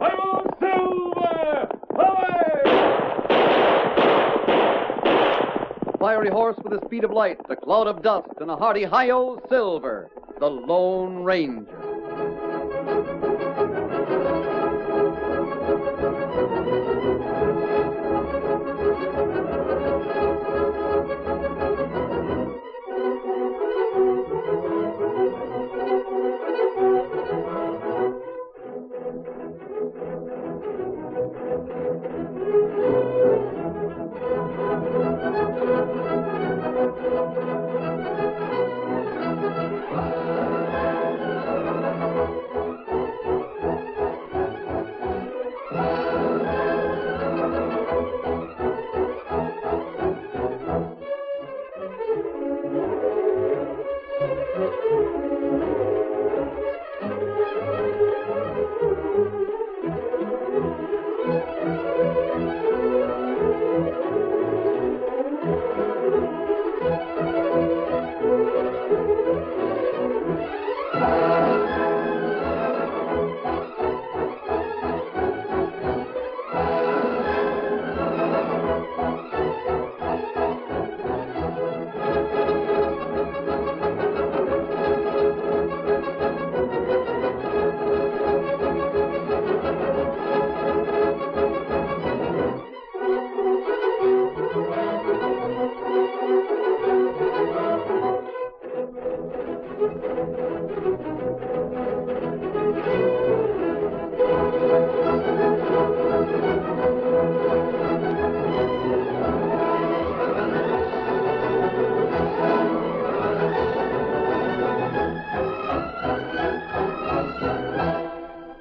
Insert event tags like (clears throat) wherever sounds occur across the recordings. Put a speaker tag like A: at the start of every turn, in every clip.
A: Hail Silver! Away!
B: Fiery horse with the speed of light, the cloud of dust, and a hearty hi-yo silver, the Lone Ranger.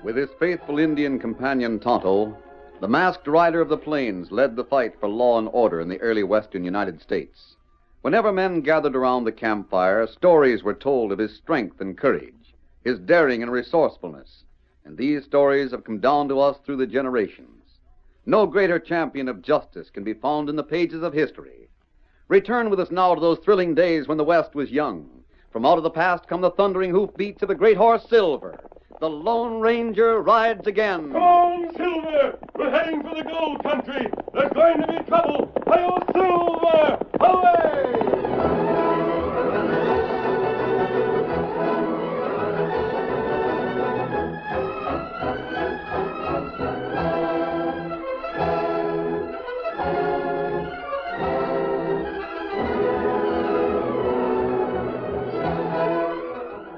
B: With his faithful Indian companion Tonto, the masked rider of the plains led the fight for law and order in the early western United States. Whenever men gathered around the campfire, stories were told of his strength and courage, his daring and resourcefulness, and these stories have come down to us through the generations. No greater champion of justice can be found in the pages of history. Return with us now to those thrilling days when the West was young. From out of the past come the thundering hoofbeats of the great horse Silver. The Lone Ranger rides again.
A: Come on, Silver! We're heading for the gold country! There's going to be trouble! Hail Silver! Away!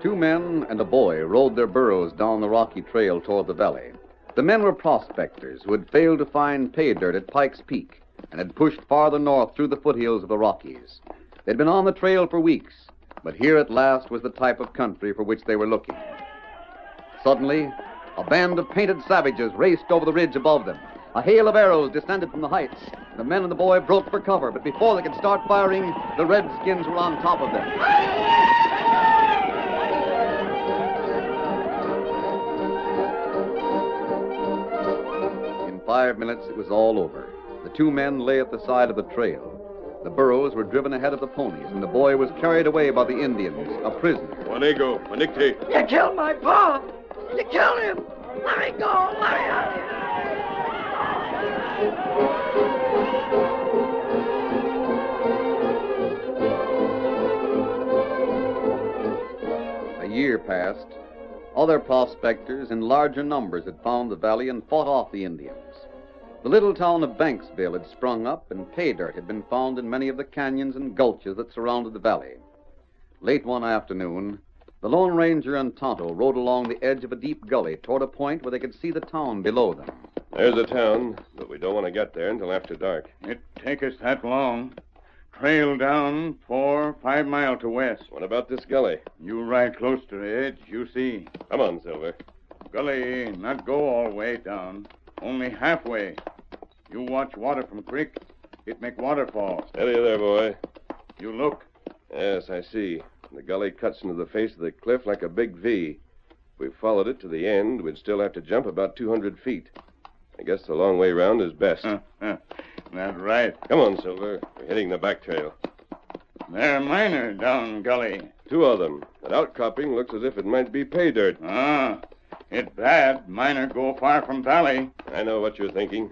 B: Two men and a boy rode their burros down the rocky trail toward the valley. The men were prospectors who had failed to find pay dirt at Pike's Peak and had pushed farther north through the foothills of the Rockies. They'd been on the trail for weeks, but here at last was the type of country for which they were looking. Suddenly, a band of painted savages raced over the ridge above them. A hail of arrows descended from the heights. The men and the boy broke for cover, but before they could start firing, the redskins were on top of them. In five minutes, it was all over. The two men lay at the side of the trail. The burros were driven ahead of the ponies, and the boy was carried away by the Indians, a prisoner.
A: Wanego, Manicte,
C: You killed my pa! You killed him! Let me go! Let me out of here!
B: A year passed. Other prospectors in larger numbers had found the valley and fought off the Indians. The little town of Banksville had sprung up, and pay dirt had been found in many of the canyons and gulches that surrounded the valley. Late one afternoon, the Lone Ranger and Tonto rode along the edge of a deep gully toward a point where they could see the town below them.
D: There's the town, but we don't want to get there until after dark.
E: It take us that long. Trail down four, five mile to west.
D: What about this gully?
E: You ride close to the edge, you see.
D: Come on, Silver.
E: Gully not go all way down, only halfway. You watch water from creek, it make waterfall.
D: Steady there, boy.
E: You look,
D: Yes, I see. The gully cuts into the face of the cliff like a big V. If we followed it to the end, we'd still have to jump about 200 feet. I guess the long way round is best.
F: That's right.
D: Come on, Silver. We're hitting the back trail.
F: They're miner down gully.
D: Two of them. That outcropping looks as if it might be pay dirt.
F: Ah, it bad. Miner go far from valley.
D: I know what you're thinking.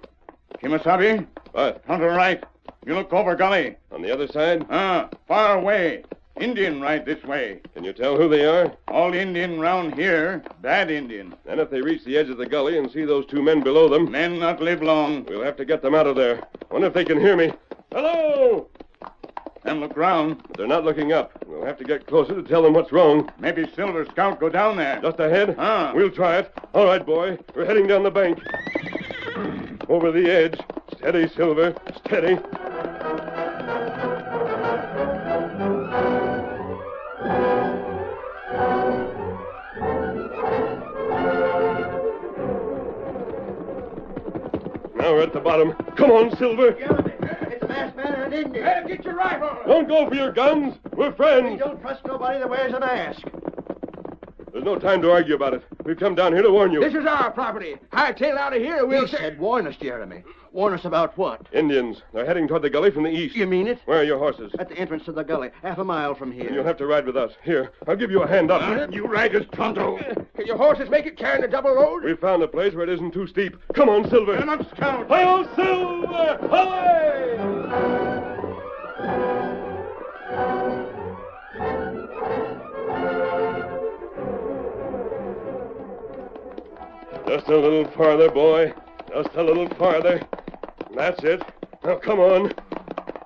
F: Kimasabi,
D: But
F: front or right. You look over gully.
D: on the other side,
F: Ah, far away. Indian ride this way.
D: can you tell who they are?
F: All Indian round here, bad Indian.
D: And if they reach the edge of the gully and see those two men below them,
F: Men not live long.
D: we'll have to get them out of there. Wonder if they can hear me. Hello!
F: Them look round.
D: But they're not looking up. We'll have to get closer to tell them what's wrong.
F: Maybe Silver Scout go down there.
D: Just ahead?
F: Ah.
D: We'll try it. All right, boy. We're heading down the bank. Over the edge. Steady, Silver. Steady. Now we're at the bottom. Come on, Silver.
B: It's Masked Man and an Indian. Hey, get your rifle!
D: Don't go for your guns. We're
B: We
D: friends.
B: don't trust nobody that wears a mask.
D: There's no time to argue about it. We've come down here to warn you.
G: This is our property. Hightail out of here,
B: He
G: we'll
B: said warn us, Jeremy. Warn us about what?
D: Indians. They're heading toward the gully from the east.
B: You mean it?
D: Where are your horses?
B: At the entrance to the gully, half a mile from here.
D: You'll have to ride with us. Here, I'll give you a hand up.
F: You ride as pronto.
G: Can your horses make it carrying a double load?
D: We found a place where it isn't too steep. Come on, Silver.
F: Come up, Scout.
D: Hi-yo, Silver! Away! Just a little farther, boy. Just a little farther. That's it. Now come on.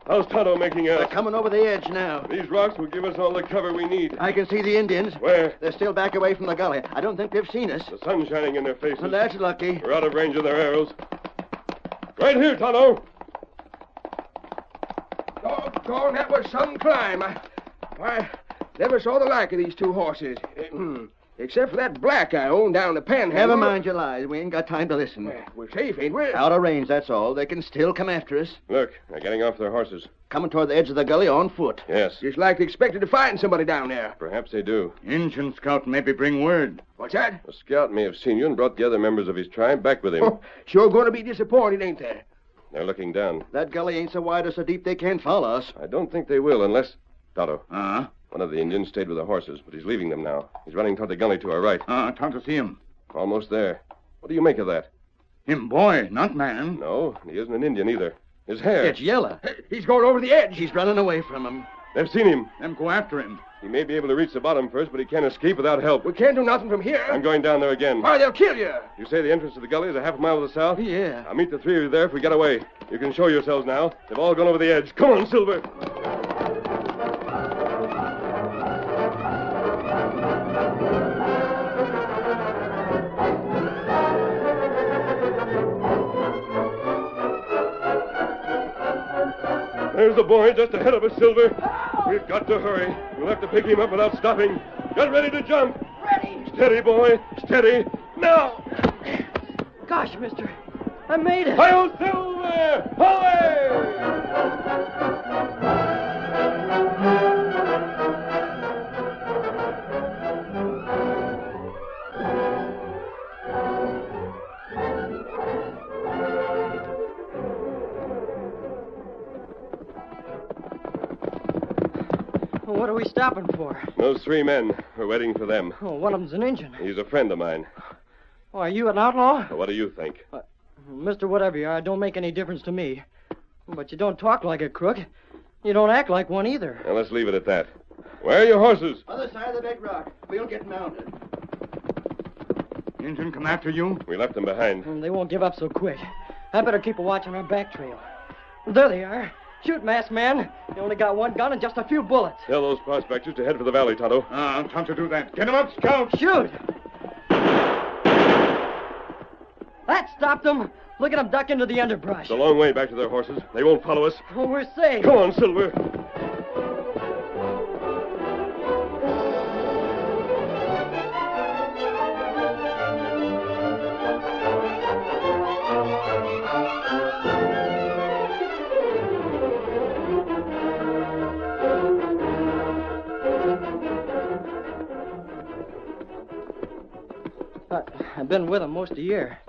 D: How's Tonto making
B: They're
D: out?
B: coming over the edge now.
D: These rocks will give us all the cover we need.
B: I can see the Indians.
D: Where?
B: They're still back away from the gully. I don't think they've seen us.
D: The sun's shining in their faces.
B: Well, that's lucky.
D: We're out of range of their arrows. Right here, Tonto.
G: Doggone, that was some climb. I, I never saw the like of these two horses. (clears throat) Except for that black I own down the panhandle.
B: Never mind your lies. We ain't got time to listen.
G: We're safe, ain't we?
B: Out of range, that's all. They can still come after us.
D: Look, they're getting off their horses.
B: Coming toward the edge of the gully on foot.
D: Yes,
G: Just like they expected to find somebody down there.
D: perhaps they do.
F: Injun Scout maybe bring word.
G: What's that?
D: A scout may have seen you and brought the other members of his tribe back with him.
G: Oh.
B: Oh,
G: Sure gonna be disappointed, ain't they?
D: They're looking down.
B: That gully ain't so wide or so deep they can't follow us.
D: I don't think they will unless. Tonto,
F: Ah,
D: one of the Indians stayed with the horses, but he's leaving them now. He's running toward the gully to our right.
F: ah, time to see him.
D: Almost there. What do you make of that?
F: Him boy, not man.
D: No, he isn't an Indian either. His hair.
B: It's Yella.
G: He's going over the edge.
B: She's running away from him.
D: They've seen him.
F: Them go after him.
D: He may be able to reach the bottom first, but he can't escape without help.
G: We can't do nothing from
D: I'm
G: here.
D: going down there again.
G: Why, they'll kill you.
D: You say the entrance to the gully is a half a mile to the south?
B: Yeah.
D: I'll meet the three of you there if we get away. You can show yourselves now. They've all gone over the edge. Come on, Silver. There's the boy just ahead of us, Silver. We've got to hurry. We'll have to pick him up without stopping. Get ready to jump.
B: Ready?
D: Steady, boy. Steady. Now.
B: Gosh, mister. I made it.
D: Hail Silver! Away!
H: Well, what are we stopping for?
D: Those three men. We're waiting for them.
H: Oh, one of them's an Injun.
D: He's a friend of mine.
H: Oh, are you an outlaw?
D: What do you think?
H: Mister, whatever you are, it don't make any difference to me. But you don't talk like a crook. You don't act like one either.
D: Now, let's leave it at that. Where are your horses?
B: Other side of the big rock. We'll get mounted.
F: Injun come after you.
D: We left them behind.
H: Mm, They won't give up so quick. I better keep a watch on our back trail. There they are. Shoot, masked man. You only got one gun and just a few bullets.
D: Tell those prospectors to head for the valley, Tonto.
F: Ah, time to do that. Get him up, Scout.
H: Shoot! That stopped them. Look at them duck into the underbrush.
D: It's a long way back to their horses. They won't follow us.
H: Oh, we're safe.
D: Come on, Silver.
H: I, I've been with them most a year.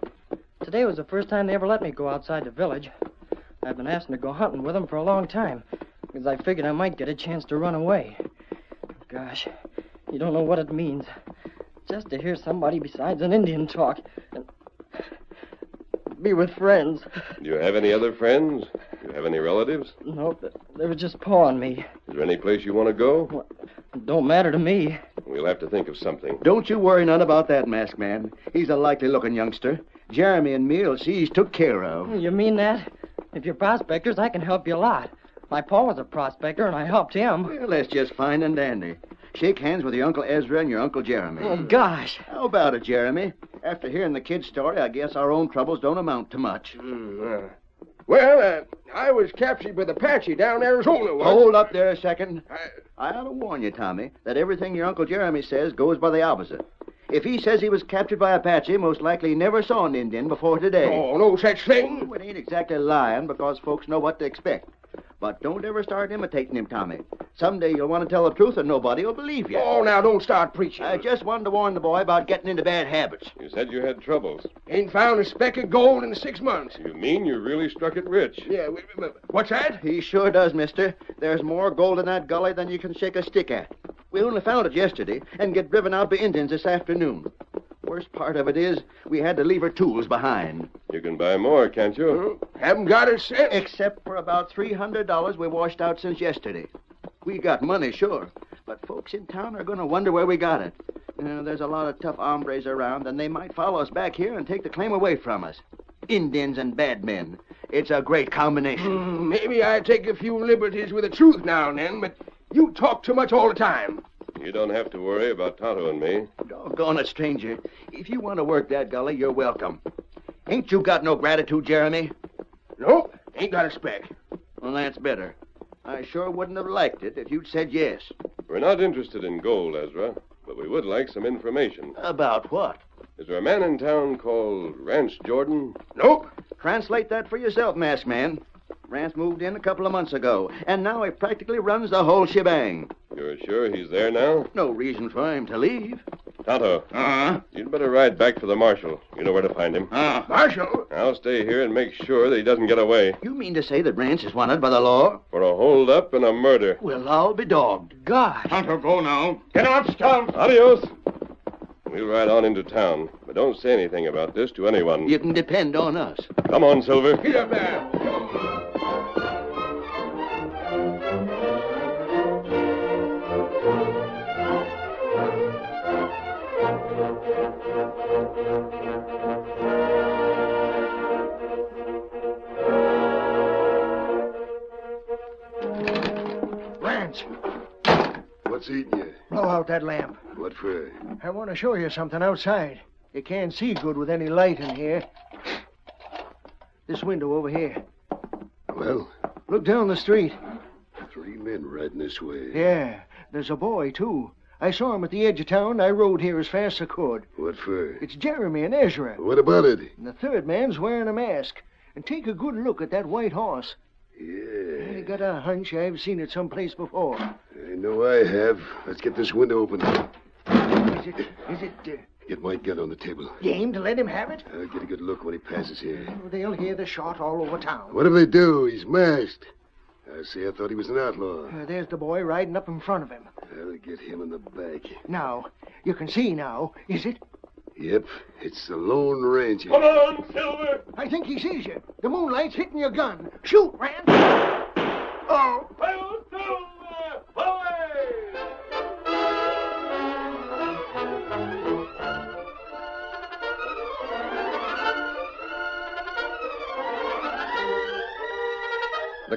H: Today was the first time they ever let me go outside the village. I've been asking to go hunting with them for a long time because I figured I might get a chance to run away. Gosh, you don't know what it means. Just to hear somebody besides an Indian talk and be with friends.
D: Do you have any other friends? Do you have any relatives?
H: Nope, they were just pawing me.
D: Is there any place you want to go?
H: Don't matter to me.
D: We'll have to think of something.
B: Don't you worry none about that, Masked Man. He's a likely looking youngster. Jeremy and me'll see he's took care of.
H: You mean that? If you're prospectors, I can help you a lot. My pa was a prospector, and I helped him.
B: Well, that's just fine and dandy. Shake hands with your Uncle Ezra and your Uncle Jeremy.
H: Oh, gosh.
B: How about it, Jeremy? After hearing the kid's story, I guess our own troubles don't amount to much.
F: Hmm, uh, well, uh, I was captured with Apache down in Arizona once.
B: Hold up there a second.
F: I-
B: I ought to warn you, Tommy, that everything your Uncle Jeremy says goes by the opposite. If he says he was captured by Apache, most likely he never saw an Indian before today.
F: Oh, no such thing.
B: Oh, it ain't exactly lying because folks know what to expect. But don't ever start imitating him, Tommy. Someday you'll want to tell the truth and nobody will believe you.
F: Oh, now don't start preaching.
B: I just wanted to warn the boy about getting into bad habits.
D: You said you had troubles.
F: Ain't found a speck of gold in six months.
D: You mean you really struck it rich?
F: Yeah, w- w- what's that?
B: He sure does, mister. There's more gold in that gully than you can shake a stick at. We only found it yesterday and get driven out by Indians this afternoon. Worst part of it is we had to leave our tools behind.
D: You can buy more, can't you?
F: Haven't got a cent.
B: Except for about $300 we washed out since yesterday. We got money, sure, but folks in town are going to wonder where we got it. Uh, there's a lot of tough hombres around, and they might follow us back here and take the claim away from us. Indians and bad men. It's a great combination.
F: Hmm, maybe I take a few liberties with the truth now and then, but you talk too much all the time.
D: You don't have to worry about Tonto and me.
B: Doggone it, stranger. If you want to work that gully, you're welcome. Ain't you got no gratitude, Jeremy?
F: Nope, ain't got a speck.
B: Well, that's better. I sure wouldn't have liked it if you'd said yes.
D: We're not interested in gold, Ezra, but we would like some information.
B: About what?
D: Is there a man in town called Ranch Jordan?
F: Nope.
B: Translate that for yourself, masked man. Rance moved in a couple of months ago, and now he practically runs the whole shebang.
D: You're sure he's there now?
B: No reason for him to leave.
D: Tonto,
I: Uh-huh.
D: you'd better ride back for the marshal. You know where to find him.
I: Uh,
F: Marshal,
D: I'll stay here and make sure that he doesn't get away
B: You mean to say that Rance is wanted by the law?
D: for a holdup and a murder.
B: Well, I'll be dogged.
H: Gosh.
I: Tonto, go now. Get up, Stump.
D: Adios. We'll ride on into town, but don't say anything about this to anyone.
B: You can depend on us.
D: Come on, Silver.
F: get up there.
H: Ranch,
J: What's eating you?
H: blow out that lamp.
J: What for?
H: I want to show you something outside. You can't see good with any light in here. This window over here.
J: Well,
H: Look down the street.
J: three men riding this way.
H: Yeah, there's a boy, too. I saw him at the edge of town. I rode here as fast as I could.
J: What for?
H: It's Jeremy and Ezra.
J: What about it?
H: And the third man's wearing a mask. And take a good look at that white horse. I
J: Yeah.
H: got a hunch I've seen it someplace before.
J: I know I have. Let's get this window open.
H: Is it, is it uh,
J: Get my gun on the table.
H: game to let him have it? Oh,
J: I'll get a good look when he passes here.
H: They'll hear the shot all over town.
J: What if they do? He's masked. I see. I thought he was an outlaw.
H: Uh, there's the boy riding up in front of him.
J: I'll get him in the back.
H: Now, you can see now, is it?
J: Yep, it's the Lone Ranger.
K: Come on, Silver!
H: I think he sees you. The moonlight's hitting your gun. Shoot, Rand.
K: Oh! Hail Silver! Away!
L: The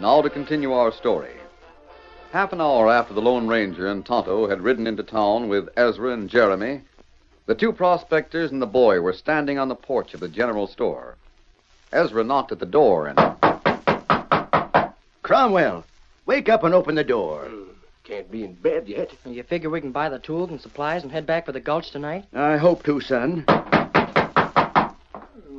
B: Now to continue our story. Half an hour after the Lone Ranger and Tonto had ridden into town with Ezra and Jeremy, the two prospectors and the boy were standing on the porch of the general store. Ezra knocked at the door and.
F: Cromwell, wake up and open the door.
M: Can't be in bed yet.
H: You figure we can buy the tools and supplies and head back for the gulch tonight?
F: I hope to, son.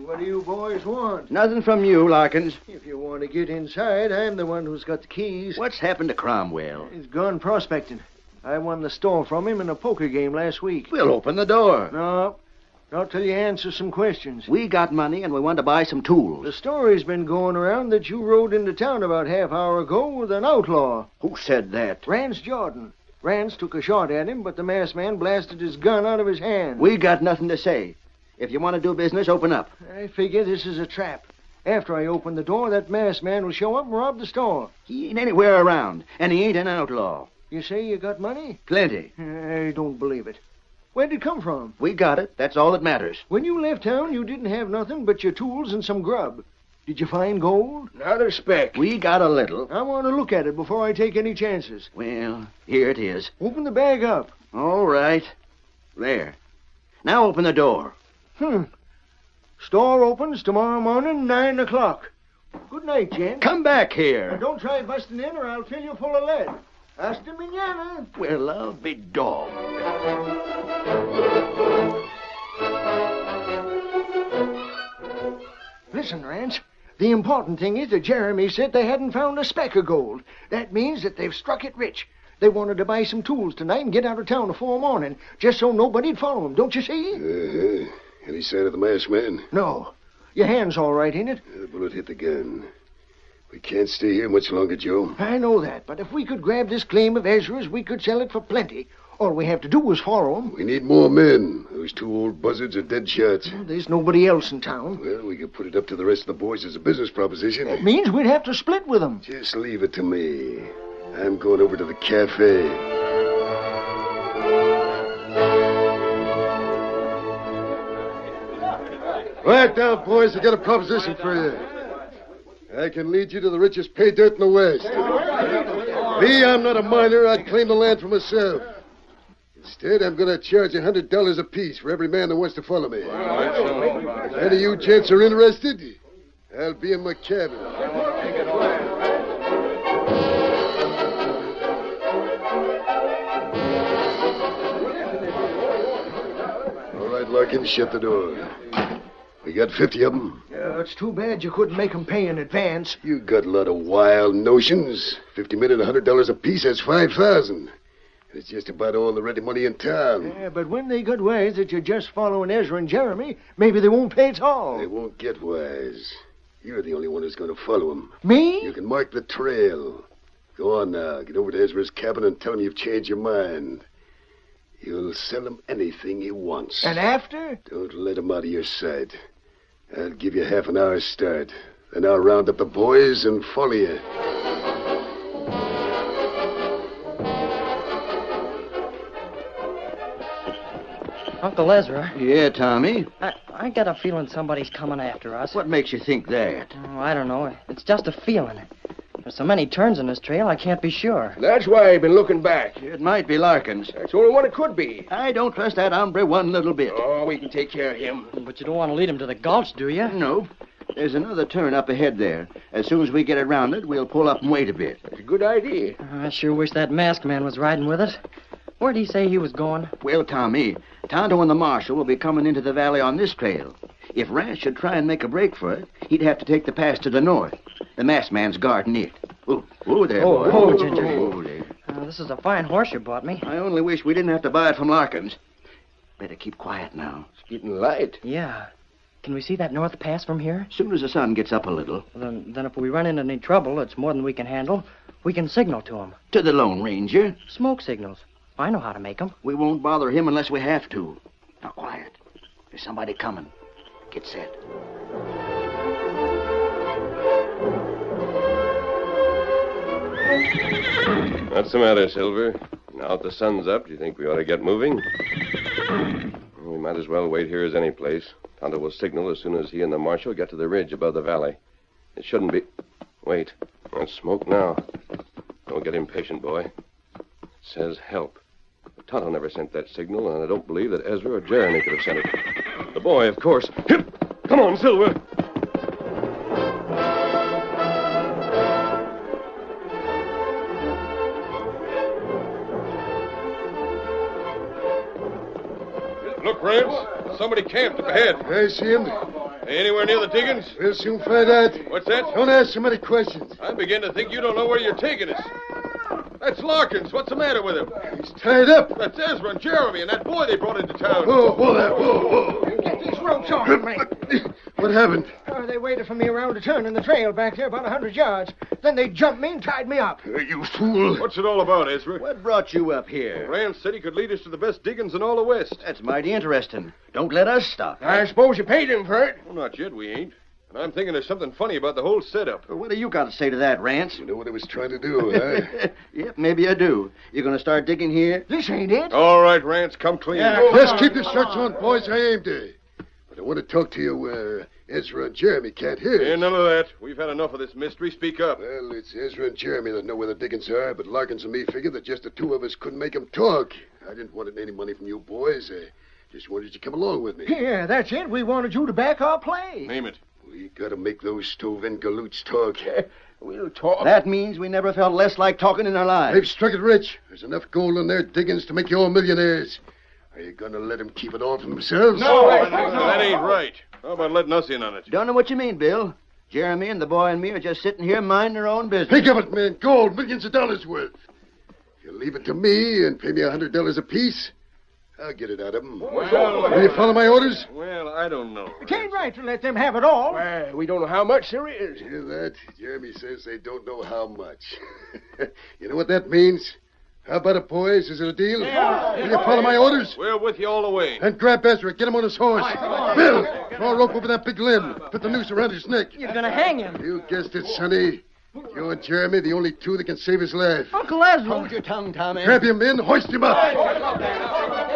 J: What do you boys want?
F: Nothing from you, Larkins.
J: If you want to get inside, I'm the one who's got the keys.
F: What's happened to Cromwell?
J: He's gone prospecting. I won the store from him in a poker game last week.
F: We'll open the door.
J: No, not till you answer some questions.
F: We got money and we want to buy some
J: The
F: tools.
J: story's been going around that you rode into town about half hour ago with an outlaw,
F: Who said that?
J: Rance Jordan. Rance took a shot at him, but the masked man blasted his gun out of his hand.
F: We got nothing to say. If you want to do business, open up.
J: I figure this is a trap. After I open the door, that masked man will show up and rob the store.
F: He ain't anywhere around, and he ain't an outlaw.
J: You say you got money?
F: Plenty.
J: I don't believe it. Where'd it come from?
F: We got it. That's all that matters.
J: When you left town, you didn't have nothing but your tools and some grub. Did you find gold?
M: Not a speck.
F: We got a little.
J: I want to look at it before I take any chances.
F: Well, here it is.
J: Open the bag up.
F: All right. There. Now open the door.
J: Hmm. Store opens tomorrow morning, nine o'clock. Good night, gents.
F: Come back
J: Now,
F: here.
J: don't try busting in, or I'll fill you full of lead. Hasta mañana.
F: Well, I'll be dog.
J: Listen, Rance. The important thing is that Jeremy said they hadn't found a speck of gold. That means that they've struck it rich. They wanted to buy some tools tonight and get out of town before morning, just so nobody'd follow them. Don't you see?
N: Uh-huh. Any sign of the masked man?
J: No. Your hand's all right, ain't it?
N: The bullet hit the gun. We can't stay here much longer, Joe.
J: I know that, but if we could grab this claim of Ezra's, we could sell it for plenty. All we have to do is follow 'em.
N: We need more men. Those two old buzzards are dead shots.
J: There's nobody else in town.
N: Well, we could put it up to the rest of the boys as a business proposition.
J: That means we'd have to split with 'em.
N: Just leave it to me. I'm going over to the cafe. Right now, boys, I got a proposition for you. I can lead you to the richest pay dirt in the West. Me, I'm not a miner. I'd claim the land for myself. Instead, I'm going to charge a hundred dollars apiece for every man that wants to follow me. If any of you gents are interested, I'll be in my cabin. All right, Larkin, shut the door. We got 50 of them.
J: Uh, it's too bad you couldn't make 'em pay in advance.
N: You got a lot of wild notions. 50 men at $100 apiece, that's 5,000. It's just about all the ready money in town.
J: Yeah, but when they get wise that you're just following Ezra and Jeremy, maybe they won't pay at
N: They
J: all.
N: won't get wise. You're the only one who's going to follow them.
J: Me?
N: You can mark the trail. Go on now. Get over to Ezra's cabin and tell him you've changed your mind. You'll sell him anything he wants.
J: And after?
N: Don't let him out of your sight. I'll give you half an hour's start. Then I'll round up the boys and follow you.
H: Uncle Ezra,
F: Yeah, Tommy.
H: I, I got a feeling somebody's coming after us.
F: What makes you think that?
H: Oh, I don't know. It's just a feeling. There's so many turns in this trail, I can't be sure.
M: That's why I've been looking back.
F: It might be Larkins.
M: That's the only one it could be.
F: I don't trust that hombre one little bit.
M: Oh, we can take care of him.
H: But you don't want to lead him to the gulch, do you?
F: No. There's another turn up ahead there. As soon as we get it rounded, we'll pull up and wait a bit.
M: It's a good idea.
H: I sure wish that masked man was riding with us. Where'd he say he was going?
F: Well, Tommy, Tonto and the marshal will be coming into the valley on this trail. If Rash should try and make a break for it, he'd have to take the pass to the north. The masked man's guarding it. Ooh, ooh there,
H: Oh,
F: boy.
H: oh, Ginger.
F: Ooh, there.
H: Uh, this is a fine horse you bought me.
F: I only wish we didn't have to buy it from Larkins. Better keep quiet now.
M: It's getting light.
H: Yeah. Can we see that north pass from here?
F: As soon as the sun gets up a little,
H: Then, then if we run into any trouble, it's more than we can handle. We can signal to him.
F: to the Lone Ranger.
H: Smoke signals. I know how to make 'em.
F: We won't bother him unless we have to. Now, quiet. There's somebody coming. Get set.
D: What's the matter, Silver? Now that the sun's up, do you think we ought to get moving? We might as well wait here as any place. Tonto will signal as soon as he and the marshal get to the ridge above the valley. It shouldn't be. Wait.
O: Let's smoke now. Don't get impatient, boy. It says help. Tonto never sent that signal, and I don't believe that Ezra or Jeremy could have sent it. The boy, of course. Hip! Come on, Silver!
F: Look, Rance. Somebody camped up ahead.
N: I see him.
F: Anywhere near the diggings?
N: We'll soon find out.
F: What's that?
N: Don't ask so many questions.
F: I begin to think you don't know where you're taking us. That's Larkins. What's the matter with him?
N: He's tied up.
F: That's Ezra and Jeremy and that boy they brought into town.
N: Whoa, whoa, there, whoa, whoa.
P: Get these ropes off of me.
N: What happened?
P: Oh, they waited for me around a turn in the trail back there about a hundred yards. Then they jumped me and tied me up.
N: You fool.
F: What's it all about, Ezra?
J: What brought you up here?
F: Rance said he could lead us to the best diggings in all the West.
J: That's mighty interesting. Don't let us stop.
Q: I suppose you paid him for it.
F: Well, not yet, we ain't. And I'm thinking there's something funny about the whole setup.
J: What do you got to say to that, Rance?
N: You know what I was trying to do, huh?
J: (laughs) Yep, maybe I do. You're going to start digging here?
P: This ain't it.
F: All right, Rance, come clean.
N: Let's keep the shirts on, boys. I aimed it. But I want to talk to you where Ezra and Jeremy can't hear.
F: Yeah,
N: us.
F: none of that. We've had enough of this mystery. Speak up.
N: Well, it's Ezra and Jeremy that know where the Dickens are, but Larkins and me figured that just the two of us couldn't make 'em talk. I didn't want any money from you boys. I just wanted you to come along with me.
P: Yeah, that's it. We wanted you to back our play.
F: Name it.
N: We gotta make those Stove and Galoots talk.
Q: We'll talk.
J: That means we never felt less like talking in our
N: They've
J: lives.
N: struck it rich. There's enough gold in their diggings to make you all millionaires. Are you gonna let 'em keep it all for themselves?
F: That ain't right. How about letting us in on it?
J: Don't know what you mean, Bill. Jeremy and the boy and me are just sitting here minding their own business.
N: Think of it, man. Gold, millions of dollars worth. You leave it to me and pay me a hundred dollars apiece. I'll get it out of 'em. Will you follow my orders?
F: Well, I don't know.
P: It ain't right to let them have it all.
Q: Why, Ah, we don't know how much there is.
N: Hear that? Jeremy says they don't know how much. (laughs) you know what that means? How about it, boys? Is it a deal? Will you follow my orders?
F: We're with you all the way.
N: And grab Ezra. Get him on his horse. Bill, throw a rope over that big limb. Put the noose around his neck.
H: You're gonna hang him.
N: You guessed it, Sonny. You and Jeremy, the only two that can save his life.
H: Uncle Ezra.
J: Hold your tongue, Tommy.
N: Grab him in, hoist him up.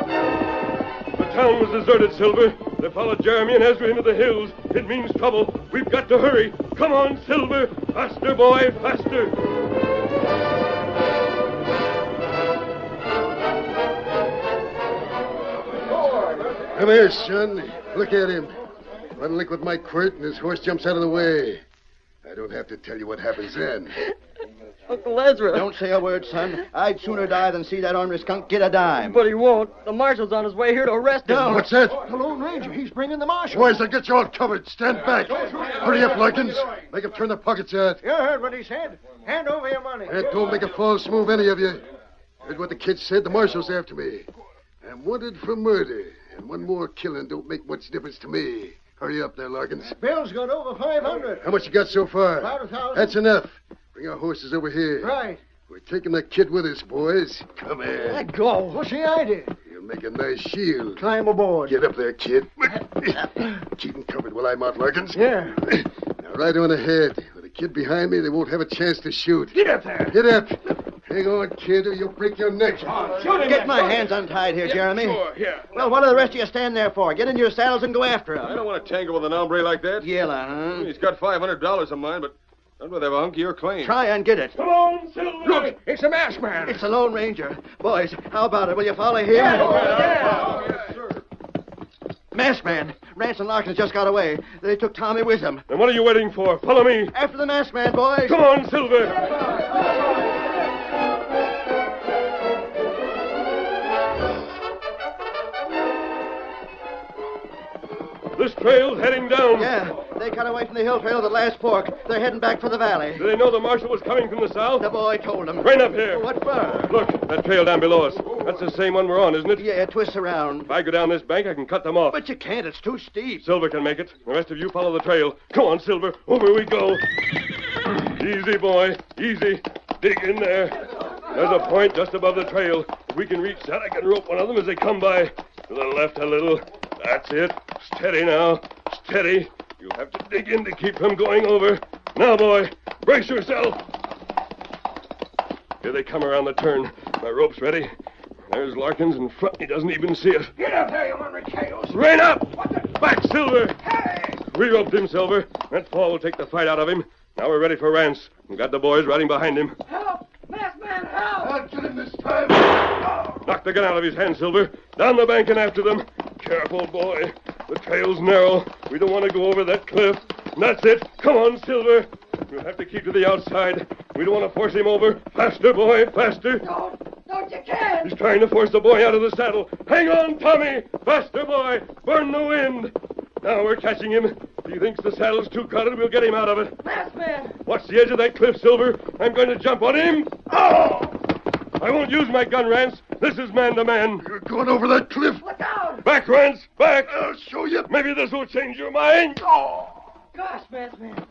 D: The town was deserted, Silver. They followed Jeremy and Ezra into the hills. It means trouble. We've got to hurry. Come on, Silver. Faster, boy, faster.
N: Come here, son. Look at him. One lick with my quirt, and his horse jumps out of the way. I don't have to tell you what happens then.
H: Uncle Ezra.
J: Don't say a word, son. I'd sooner die than see that ornery skunk get a
H: (laughs)
J: dime.
H: But he won't. The marshal's on his way here to arrest him.
N: What's that?
P: The Lone Ranger, he's bringing the marshal.
N: Boys, I'll get you all covered. Stand back. Hurry up, Larkins. Make him turn the pockets out.
P: You heard what he said. Hand over your money.
N: And don't make a false move, any of you. Heard what the kid said? The marshal's after me. I'm wanted for murder, and one more killing don't make much difference to me. Hurry up there, Larkins.
P: Bill's got over 500.
N: How much you got so far?
P: About a thousand.
N: That's enough. Bring our horses over here.
P: right.
N: We're taking that kid with us, boys. Come here.
H: Let go.
P: What's the idea?
N: You'll make a nice shield.
P: Climb aboard.
N: Get up there, kid. (laughs) Keep him covered while I'm out, Larkins.
P: Yeah.
N: Now, right on ahead. With a kid behind me, they won't have a chance to shoot.
Q: Get up there.
N: Get up. Hang on, kid, or you'll break your neck.
J: Get my hands untied here, Jeremy.
Q: Sure, here.
J: Well, what do the rest of you stand there for? Get in your saddles and go after
F: I
J: him.
F: don't want to tangle with an hombre like that.
J: Yella,
F: He's got $500 of mine, but I'd rather have a hunk of your claim.
J: huh? Try and get it.
D: Come on, Silver.
Q: Look, it's a masked man.
J: It's the Lone Ranger. Boys, how about it? Will you follow here? Masked man. Rance and Larkins just got away. They took Tommy with them.
D: Then what are you waiting for? Follow me.
J: After the masked man, boys.
D: Come on, Silver. This trail's heading down.
J: Yeah, they cut away from the hill trail at the last fork. They're heading back for the valley.
D: Do they know the marshal was coming from the south?
J: The boy told them.
D: Right up here.
J: What for?
D: Look, that trail down below us. That's the same one we're on, isn't it?
J: Yeah, twist around.
D: If I go down this bank, I can cut them off.
J: But you can't. It's too steep.
D: Silver can make it. The rest of you follow the trail. Come on, Silver. Over we go. Easy, boy. Easy. Dig in there. There's a point just above the trail. If we can reach that, I can rope one of them as they come by. To the left a little. That's it. Steady now. Steady. You'll have to dig in to keep from going over. Now, boy. Brace yourself. Here they come around the turn. My rope's ready. There's Larkins in front. He doesn't even see us.
R: Get up there, you hungry coyotes!
D: Rain up! Back, Silver! We roped him, Silver. That fall will take the fight out of him. Now we're ready for Rance. We've got the boys riding behind him.
R: Masked man, help! I'll kill him this time!
D: Knock the gun out of his hand, Silver. Down the bank and after them. Careful, boy. The trail's narrow. We don't want to go over that cliff. That's it. Come on, Silver. We'll have to keep to the outside. We don't want to force him over. Faster, boy, faster.
R: Don't you can!
D: He's trying to force the boy out of the saddle. Hang on, Tommy! Faster, boy! Burn the wind! Now we're catching him. If he thinks the saddle's too crowded, we'll get him out of it.
R: Masked man!
D: Watch the edge of that cliff, Silver. I'm going to jump on him. Oh! I won't use my gun, Rance. This is man to man. You're going over that cliff.
R: Look out!
D: Back, Rance. Back. I'll show you. Maybe this will change your mind. Oh!
H: Gosh, masked man.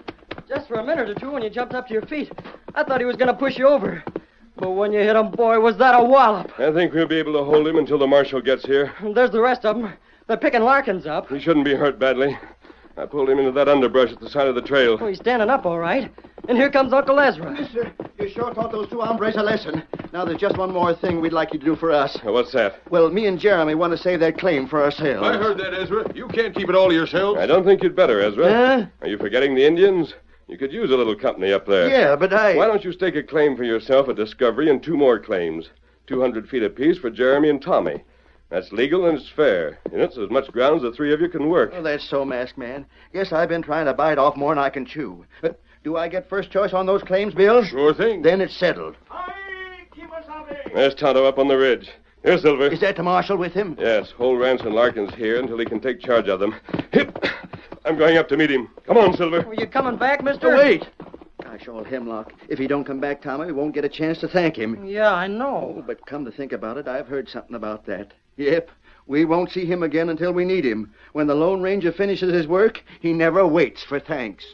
H: Just for a minute or two when you jumped up to your feet, I thought he was going to push you over. But when you hit him, boy, was that a wallop.
D: I think we'll be able to hold him until the marshal gets here.
H: There's the rest of them. They're picking Larkins up.
D: He shouldn't be hurt badly. I pulled him into that underbrush at the side of the trail.
H: Oh, he's standing up all right. And here comes Uncle Ezra.
J: Mister, you sure taught those two hombres a lesson. Now there's just one more thing we'd like you to do for us.
D: What's that?
J: Well, me and Jeremy want to save that claim for ourselves.
S: I heard that, Ezra. You can't keep it all to yourselves.
D: I don't think you'd better, Ezra.
J: Huh?
D: Are you forgetting the Indians? You could use a little company up there.
J: Yeah, but I-
D: Why don't you stake a claim for yourself at Discovery and two more claims? 200 feet apiece for Jeremy and Tommy. That's legal and it's fair. And it's as much ground as the three of you can work.
J: Well, Oh, that's so, Masked Man. Guess I've been trying to bite off more than I can chew. But do I get first choice on those claims, Bill?
D: Sure thing.
J: Then it's settled.
D: There's Tonto up on the ridge. Here, Silver.
J: Is that the marshal with him?
D: Yes, hold Rance and Larkins here until he can take charge of them. Hip! I'm going up to meet him. Come on, Silver.
H: Are you coming back, mister?
J: Oh, wait. Gosh, old Hemlock. If he don't come back, Tommy, we won't get a chance to thank him.
H: Yeah, I know.
J: Oh, but come to think about it, I've heard something about that. Yep. We won't see him again until we need him. When the Lone Ranger finishes his work, he never waits for thanks.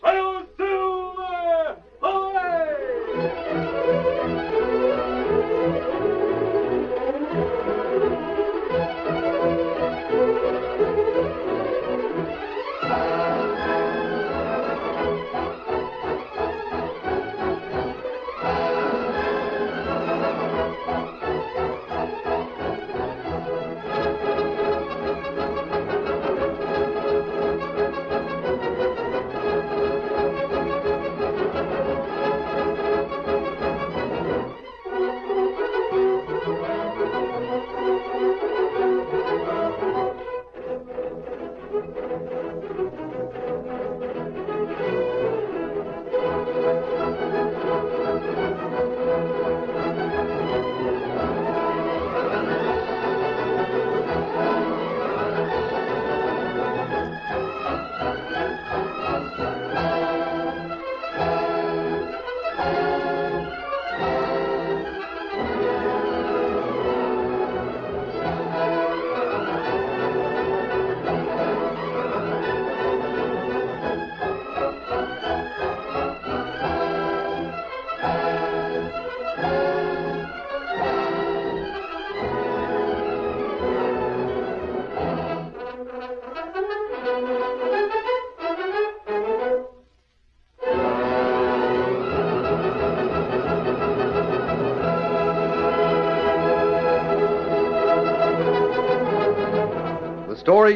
B: The story